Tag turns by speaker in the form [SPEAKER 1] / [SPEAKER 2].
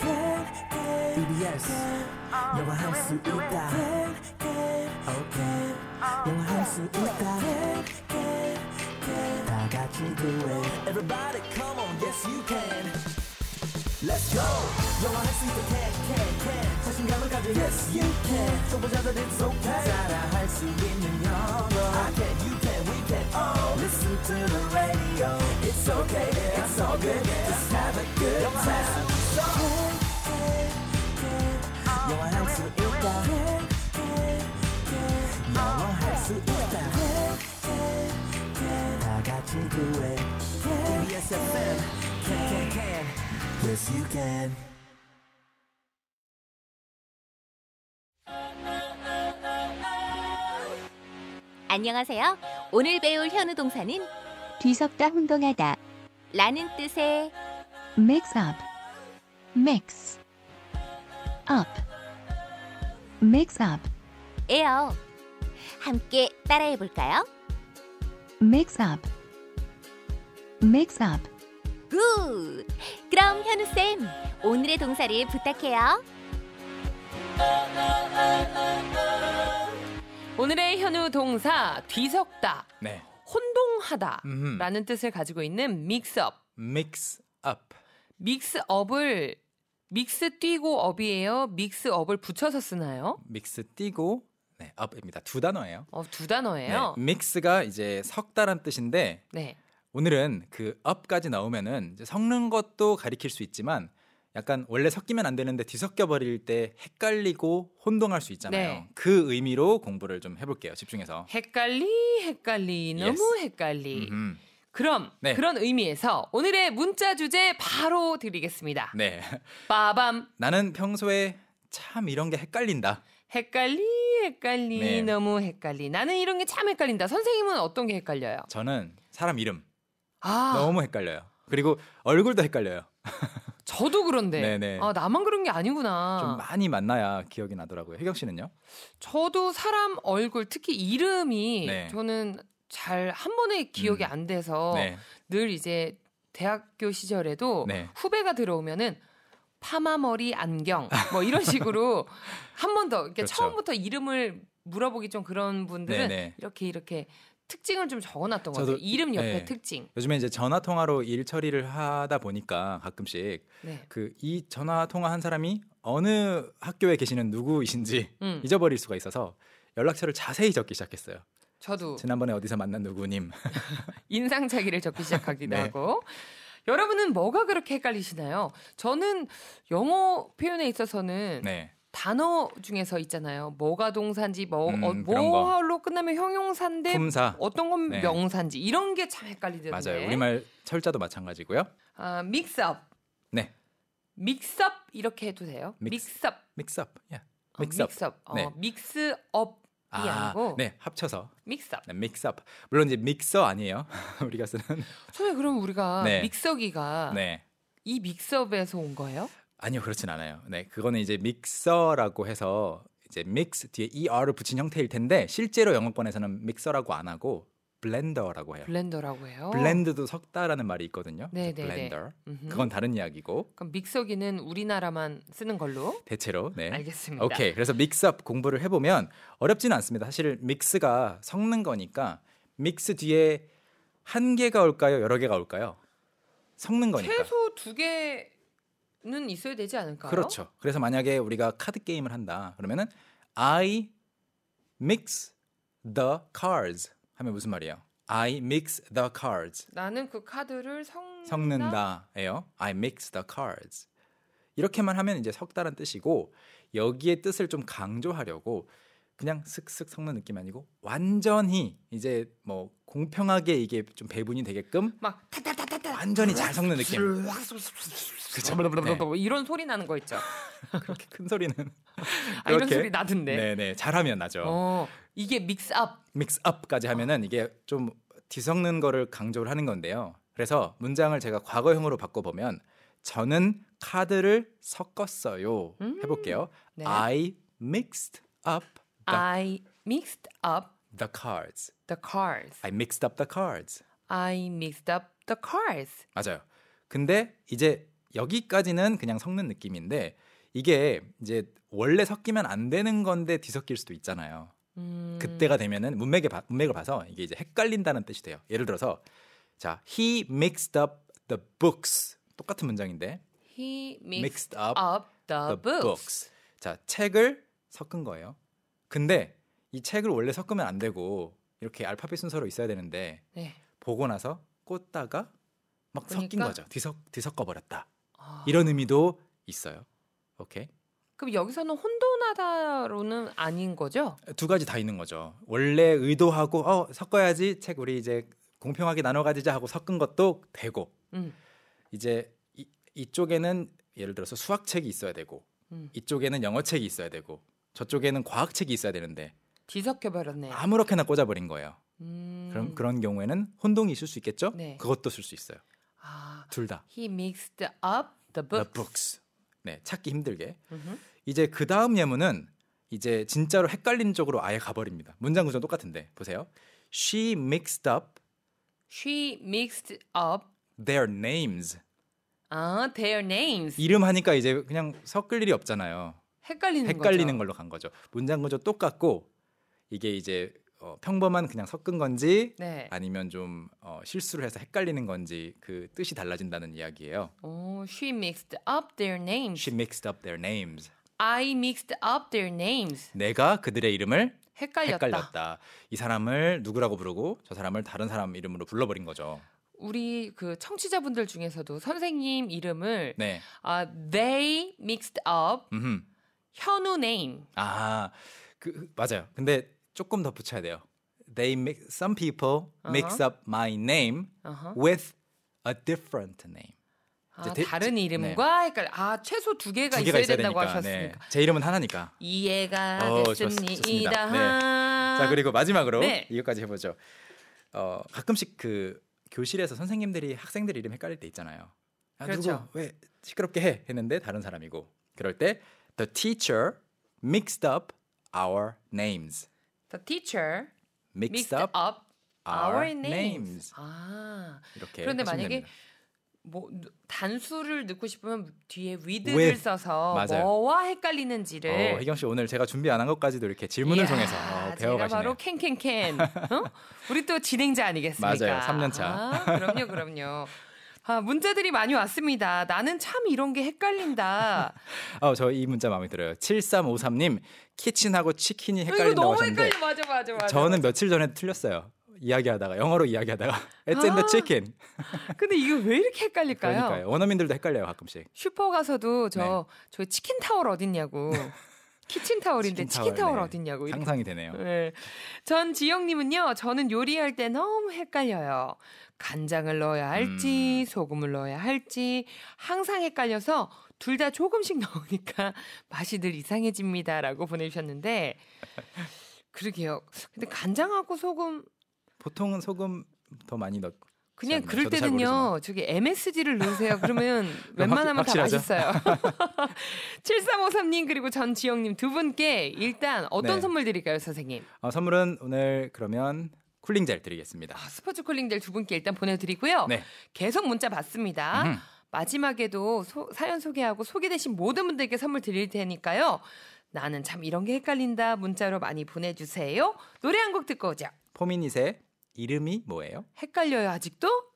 [SPEAKER 1] E EBS 영화 할 수 있다 오케이 영화 할 수 있다 다 같이 do it Everybody come on yes you can Let's go 영화 할 수 있다 can can can 자신감을 가져 yes you can 초보자들 it's okay 따라할 수 있는 영어 I can you can we can all listen to the radio It's okay it's all good just have a good time 영화 할 수 있다 영화 할 수 있다 다 같이 do it KBS FM can can can Yes you can
[SPEAKER 2] 안녕하세요. 오늘 배울 현우 동사는
[SPEAKER 3] 뒤섞다 혼동하다
[SPEAKER 2] 라는 뜻의
[SPEAKER 3] mix up mix up mix up
[SPEAKER 2] 에요. 함께 따라해 볼까요?
[SPEAKER 3] mix up mix up
[SPEAKER 2] 굿! 그럼 현우쌤, 오늘의 동사를 부탁해요.
[SPEAKER 4] 오늘의 현우 동사 뒤섞다,
[SPEAKER 5] 네. 음.
[SPEAKER 4] 혼동하다라는 뜻을 가지고 있는 믹스업.
[SPEAKER 5] mix up.
[SPEAKER 4] 믹스업을 믹스 뛰고 업이에요. 믹스업을 붙여서 쓰나요?
[SPEAKER 5] mix 띄고 네, up입니다. 두 단어예요.
[SPEAKER 4] 어, 두 단어예요.
[SPEAKER 5] 네, mix가 이제 섞다란 뜻인데
[SPEAKER 4] 네.
[SPEAKER 5] 오늘은 그 up까지 넣으면은 이제 섞는 것도 가리킬 수 있지만 약간 원래 섞이면 안 되는데 뒤섞여 버릴 때 헷갈리고 혼동할 수 있잖아요.
[SPEAKER 4] 네.
[SPEAKER 5] 그 의미로 공부를 좀 해볼게요. 집중해서.
[SPEAKER 4] 헷갈리, 헷갈리, 너무 헷갈리.
[SPEAKER 5] 음,
[SPEAKER 4] 그럼
[SPEAKER 5] 네.
[SPEAKER 4] 그런 의미에서 오늘의 문자 주제 바로 드리겠습니다.
[SPEAKER 5] 네.
[SPEAKER 4] 빠밤.
[SPEAKER 5] 나는 평소에 참 이런 게 헷갈린다.
[SPEAKER 4] 헷갈리, 헷갈리,
[SPEAKER 5] 네.
[SPEAKER 4] 너무 헷갈리. 나는 이런 게 참 헷갈린다. 선생님은 어떤 게 헷갈려요?
[SPEAKER 5] 저는 사람 이름
[SPEAKER 4] 아,
[SPEAKER 5] 너무 헷갈려요. 그리고 얼굴도 헷갈려요.
[SPEAKER 4] 저도 그런데.
[SPEAKER 5] 네네.
[SPEAKER 4] 아, 나만 그런 게 아니구나.
[SPEAKER 5] 좀 많이 만나야 기억이 나더라고요. 혜경 씨는요?
[SPEAKER 4] 저도 사람 얼굴 특히 이름이
[SPEAKER 5] 네.
[SPEAKER 4] 저는 잘 한 번에 기억이
[SPEAKER 5] 음.
[SPEAKER 4] 안 돼서
[SPEAKER 5] 네.
[SPEAKER 4] 늘 이제 대학교 시절에도
[SPEAKER 5] 네.
[SPEAKER 4] 후배가 들어오면은 파마머리 안경 뭐 이런 식으로 한 번 더 이렇게
[SPEAKER 5] 그렇죠.
[SPEAKER 4] 처음부터 이름을 물어보기 좀 그런 분들은
[SPEAKER 5] 네네.
[SPEAKER 4] 이렇게 이렇게 특징을 좀 적어놨던 것
[SPEAKER 5] 저도-
[SPEAKER 4] 같아요. 이름 옆에
[SPEAKER 5] 네.
[SPEAKER 4] 특징.
[SPEAKER 5] 요즘에 이제 전화 통화로 일 처리를 하다 보니까 가끔씩
[SPEAKER 4] 네.
[SPEAKER 5] 그 이 전화 통화 한 사람이 어느 학교에 계시는 누구이신지
[SPEAKER 4] 음.
[SPEAKER 5] 잊어버릴 수가 있어서 연락처를 자세히 적기 시작했어요.
[SPEAKER 4] 저도
[SPEAKER 5] 지난번에 어디서 만난 누구님.
[SPEAKER 4] 음. 인상착의를 적기 시작하기도
[SPEAKER 5] 네.
[SPEAKER 4] 하고. 여러분은 뭐가 그렇게 헷갈리시나요? 저는 영어 표현에 있어서는
[SPEAKER 5] 네.
[SPEAKER 4] 단어 중에서 있잖아요. 뭐가 동사인지 뭐
[SPEAKER 5] 음,
[SPEAKER 4] 어,
[SPEAKER 5] 그런 거.
[SPEAKER 4] 뭐로 끝나면 형용사인데
[SPEAKER 5] 품사.
[SPEAKER 4] 네. 어떤 네. 건
[SPEAKER 5] 네.
[SPEAKER 4] 명사인지 이런 게 참 헷갈리던데.
[SPEAKER 5] 맞아요. 우리말 철자도 마찬가지고요.
[SPEAKER 4] 아, 믹스업.
[SPEAKER 5] 네.
[SPEAKER 4] 믹스업 이렇게 해도 돼요?
[SPEAKER 5] 믹스-
[SPEAKER 4] 믹스업.
[SPEAKER 5] 믹스업. 예.
[SPEAKER 4] 어,
[SPEAKER 5] 믹스업.
[SPEAKER 4] 믹스업. 어,
[SPEAKER 5] 네.
[SPEAKER 4] 믹스업이
[SPEAKER 5] 아,
[SPEAKER 4] 아, 니고
[SPEAKER 5] 네. 합쳐서.
[SPEAKER 4] 믹스업.
[SPEAKER 5] 네, 믹스업. 물론 이제 믹서 아니에요. 우리가 쓰는.
[SPEAKER 4] 선생님 그럼 우리가
[SPEAKER 5] 네.
[SPEAKER 4] 믹서기가
[SPEAKER 5] 네.
[SPEAKER 4] 이 믹스업에서 온 거예요?
[SPEAKER 5] 아니요, 그렇진 않아요. 네, 그거는 이제 믹서라고 해서 이제 믹스 뒤에 er를 붙인 형태일 텐데 실제로 영어권에서는 믹서라고 안 하고 블렌더라고 해요.
[SPEAKER 4] 블렌더라고 해요.
[SPEAKER 5] 블렌드도 섞다라는 말이 있거든요.
[SPEAKER 4] 네,
[SPEAKER 5] 그래서
[SPEAKER 4] 네, 네.
[SPEAKER 5] 블렌더.
[SPEAKER 4] 음흠.
[SPEAKER 5] 그건 다른 이야기고
[SPEAKER 4] 그럼 믹서기는 우리나라만 쓰는 걸로
[SPEAKER 5] 대체로 네.
[SPEAKER 4] 알겠습니다.
[SPEAKER 5] 오케이. 그래서 믹스업 공부를 해 보면 어렵지는 않습니다. 사실 믹스가 섞는 거니까 믹스 뒤에 한 개가 올까요? 여러 개가 올까요? 섞는 거니까.
[SPEAKER 4] 최소 두 개는 있어야 되지 않을까요?
[SPEAKER 5] 그렇죠. 그래서 만약에 우리가 카드 게임을 한다. 그러면은 I mix the cards 하면 무슨 말이에요? I mix the cards.
[SPEAKER 4] 나는 그 카드를 섞는다.
[SPEAKER 5] 섞는다예요. I mix the cards. 이렇게만 하면 이제 섞다란 뜻이고 여기에 뜻을 좀 강조하려고 그냥 슥슥 섞는 느낌 아니고 완전히 이제 뭐 공평하게 이게 좀 배분이 되게끔
[SPEAKER 4] 막 타타타타타.
[SPEAKER 5] 완전히 잘 섞는 느낌.
[SPEAKER 4] 그쵸. 뭐 이런 소리 나는 거 있죠.
[SPEAKER 5] 그렇게 큰 소리는
[SPEAKER 4] 아, 이런
[SPEAKER 5] 그렇게?
[SPEAKER 4] 소리 나던데.
[SPEAKER 5] 네네 잘하면 나죠.
[SPEAKER 4] 어, 이게 믹스업.
[SPEAKER 5] 믹스업까지 하면은 이게 좀 뒤섞는 거를 강조를 하는 건데요. 그래서 문장을 제가 과거형으로 바꿔 보면 저는 카드를 섞었어요.
[SPEAKER 4] 음,
[SPEAKER 5] 해볼게요.
[SPEAKER 4] 네.
[SPEAKER 5] I mixed up the,
[SPEAKER 4] I mixed up
[SPEAKER 5] the cards.
[SPEAKER 4] the cards.
[SPEAKER 5] I mixed up the cards.
[SPEAKER 4] I mixed up the cards.
[SPEAKER 5] 맞아요. 근데 이제 여기까지는 그냥 섞는 느낌인데 이게 이제 원래 섞이면 안 되는 건데 뒤섞일 수도 있잖아요.
[SPEAKER 4] 음.
[SPEAKER 5] 그때가 되면은 문맥에 봐- 문맥을 봐서 이게 이제 헷갈린다는 뜻이 돼요. 예를 들어서 자, he mixed up the books. 똑같은 문장인데
[SPEAKER 4] he mixed,
[SPEAKER 5] mixed up,
[SPEAKER 4] up the,
[SPEAKER 5] the
[SPEAKER 4] books.
[SPEAKER 5] books. 자, 책을 섞은 거예요. 근데 이 책을 원래 섞으면 안 되고 이렇게 알파벳 순서로 있어야 되는데
[SPEAKER 4] 네.
[SPEAKER 5] 보고 나서 꽂다가 막 섞인
[SPEAKER 4] 그러니까?
[SPEAKER 5] 거죠. 뒤섞 뒤섞어 버렸다.
[SPEAKER 4] 아,
[SPEAKER 5] 이런 의미도 있어요. 오케이.
[SPEAKER 4] 그럼 여기서는 혼돈하다로는 아닌 거죠?
[SPEAKER 5] 두 가지 다 있는 거죠. 원래 의도하고 어 섞어야지 책 우리 이제 공평하게 나눠 가지자 하고 섞은 것도 되고
[SPEAKER 4] 음.
[SPEAKER 5] 이제 이, 이쪽에는 예를 들어서 수학 책이 있어야 되고
[SPEAKER 4] 음.
[SPEAKER 5] 이쪽에는 영어 책이 있어야 되고 저쪽에는 과학 책이 있어야 되는데
[SPEAKER 4] 뒤섞여 버렸네요.
[SPEAKER 5] 아무렇게나 꽂아버린 거예요.
[SPEAKER 4] 음.
[SPEAKER 5] 그럼 그런 경우에는 혼동이 있을 수 있겠죠.
[SPEAKER 4] 네.
[SPEAKER 5] 그것도 쓸 수 있어요.
[SPEAKER 4] 아,
[SPEAKER 5] 둘 다.
[SPEAKER 4] he mixed up the
[SPEAKER 5] The
[SPEAKER 4] books.
[SPEAKER 5] books. 네, 찾기 힘들게.
[SPEAKER 4] 음흠.
[SPEAKER 5] 이제 그 다음 예문은 이제 진짜로 헷갈리는 쪽으로 아예 가버립니다. 문장 구조 는 똑같은데 보세요. She mixed up
[SPEAKER 4] She mixed up
[SPEAKER 5] their names.
[SPEAKER 4] 아, their names.
[SPEAKER 5] 이름 하니까 이제 그냥 섞을 일이 없잖아요.
[SPEAKER 4] 헷갈리는,
[SPEAKER 5] 헷갈리는
[SPEAKER 4] 거죠.
[SPEAKER 5] 걸로 간 거죠. 문장 구조 똑같고 이게 이제 어, 평범한 그냥 섞은 건지
[SPEAKER 4] 네.
[SPEAKER 5] 아니면 좀 어, 실수를 해서 헷갈리는 건지 그 뜻이 달라진다는 이야기예요.
[SPEAKER 4] 오, she mixed up their names.
[SPEAKER 5] She mixed up their names.
[SPEAKER 4] I mixed up their names.
[SPEAKER 5] 내가 그들의 이름을
[SPEAKER 4] 헷갈렸다.
[SPEAKER 5] 헷갈렸다. 이 사람을 누구라고 부르고 저 사람을 다른 사람 이름으로 불러버린 거죠.
[SPEAKER 4] 우리 그 청취자분들 중에서도 선생님 이름을
[SPEAKER 5] 네.
[SPEAKER 4] 아, they mixed up
[SPEAKER 5] 음흠.
[SPEAKER 4] 현우 name.
[SPEAKER 5] 아, 그 맞아요. 근데 조금 더 붙여야 돼요. They mix some people mix up my name
[SPEAKER 4] 어허.
[SPEAKER 5] with a different name.
[SPEAKER 4] 아,
[SPEAKER 5] 대-
[SPEAKER 4] 다른
[SPEAKER 5] 제- 네.
[SPEAKER 4] 이름과 헷갈. 아, 최소 두 개가,
[SPEAKER 5] 두 개가
[SPEAKER 4] 있어야
[SPEAKER 5] 있어야
[SPEAKER 4] 된다고
[SPEAKER 5] 되니까. 네.
[SPEAKER 4] 하셨으니까.
[SPEAKER 5] 제 이름은 하나니까.
[SPEAKER 4] 이해가
[SPEAKER 5] 어, 좋- 좋습니다. 네.
[SPEAKER 4] 됐습니다.
[SPEAKER 5] 자 그리고 마지막으로
[SPEAKER 4] 아. 네.
[SPEAKER 5] 이것까지 해보죠. 어 가끔씩 그 교실에서 선생님들이 학생들 이름 헷갈릴 때 있잖아요. 아,
[SPEAKER 4] 그렇죠.
[SPEAKER 5] 누구 왜 시끄럽게 해 했는데 다른 사람이고 그럴 때 the teacher mixed up our names.
[SPEAKER 4] The teacher
[SPEAKER 5] mixed,
[SPEAKER 4] mixed up, our
[SPEAKER 5] our names.
[SPEAKER 4] names. 아.
[SPEAKER 5] 이렇게
[SPEAKER 4] 그런데
[SPEAKER 5] 하시면
[SPEAKER 4] 만약에
[SPEAKER 5] 됩니다.
[SPEAKER 4] 뭐 누- 단수를 넣고 싶으면 뒤에 with를
[SPEAKER 5] with.
[SPEAKER 4] 써서
[SPEAKER 5] 맞아요.
[SPEAKER 4] 뭐와 헷갈리는지를
[SPEAKER 5] 어, 혜경 씨 오늘 제가 준비 안 한 것까지도 이렇게 질문을
[SPEAKER 4] 네. 이야,
[SPEAKER 5] 통해서 어,
[SPEAKER 4] 제가
[SPEAKER 5] 배워가시네요.
[SPEAKER 4] 바로 캔캔캔. 어? 우리 또 진행자 아니겠습니까?
[SPEAKER 5] 맞아요. 삼년 차.
[SPEAKER 4] 아, 그럼요, 그럼요. 아, 문제들이 많이 왔습니다. 나는 참 이런 게 헷갈린다.
[SPEAKER 5] 어, 저 이 문자 마음에 들어요. 7353님 키친하고 치킨이
[SPEAKER 4] 이거
[SPEAKER 5] 헷갈린다고
[SPEAKER 4] 너무
[SPEAKER 5] 하셨는데
[SPEAKER 4] 헷갈려. 맞아, 맞아, 맞아.
[SPEAKER 5] 저는 며칠 전에 틀렸어요. 이야기하다가 영어로 이야기하다가
[SPEAKER 4] 아,
[SPEAKER 5] It's in the chicken.
[SPEAKER 4] 근데 이게 왜 이렇게 헷갈릴까요?
[SPEAKER 5] 그러니까요. 원어민들도 헷갈려요 가끔씩.
[SPEAKER 4] 슈퍼 가서도 저
[SPEAKER 5] 네.
[SPEAKER 4] 저 치킨 타월 어딨냐고. 키친 타월인데
[SPEAKER 5] 치킨
[SPEAKER 4] 치킨
[SPEAKER 5] 타월,
[SPEAKER 4] 타월
[SPEAKER 5] 네.
[SPEAKER 4] 어딨냐고. 이렇게
[SPEAKER 5] 상상이 되네요.
[SPEAKER 4] 네. 전 지영님은요, 저는 요리할 때 너무 헷갈려요. 간장을 넣어야
[SPEAKER 5] 음.
[SPEAKER 4] 할지, 소금을 넣어야 할지, 항상 헷갈려서 둘 다 조금씩 넣으니까 맛이 늘 이상해집니다. 라고 보내주셨는데, 그러게요. 근데 간장하고 소금,
[SPEAKER 5] 보통은 소금 더 많이 넣.
[SPEAKER 4] 그냥
[SPEAKER 5] 저도
[SPEAKER 4] 그럴
[SPEAKER 5] 잘
[SPEAKER 4] 때는요,
[SPEAKER 5] 모르지만. 네,
[SPEAKER 4] 저기 MSG를 넣으세요. 그러면 웬만하면 다
[SPEAKER 5] 확실하죠?
[SPEAKER 4] 맛있어요. 7353님, 그리고 전지영님 두 분께 일단 어떤
[SPEAKER 5] 네.
[SPEAKER 4] 선물 드릴까요, 선생님?
[SPEAKER 5] 어, 선물은 오늘 그러면 쿨링 젤 드리겠습니다.
[SPEAKER 4] 아, 어. 스포츠 콜링들 두 분께 일단 보내드리고요.
[SPEAKER 5] 네.
[SPEAKER 4] 계속 문자 받습니다.
[SPEAKER 5] 음.
[SPEAKER 4] 마지막에도 소- 사연 소개하고 소개되신 모든 분들께 선물 드릴 테니까요. 나는 참 이런 게 헷갈린다 문자로 많이 보내주세요. 노래 한 곡 듣고 오죠.
[SPEAKER 5] 포미닛의 이름이 뭐예요?
[SPEAKER 4] 헷갈려요 아직도?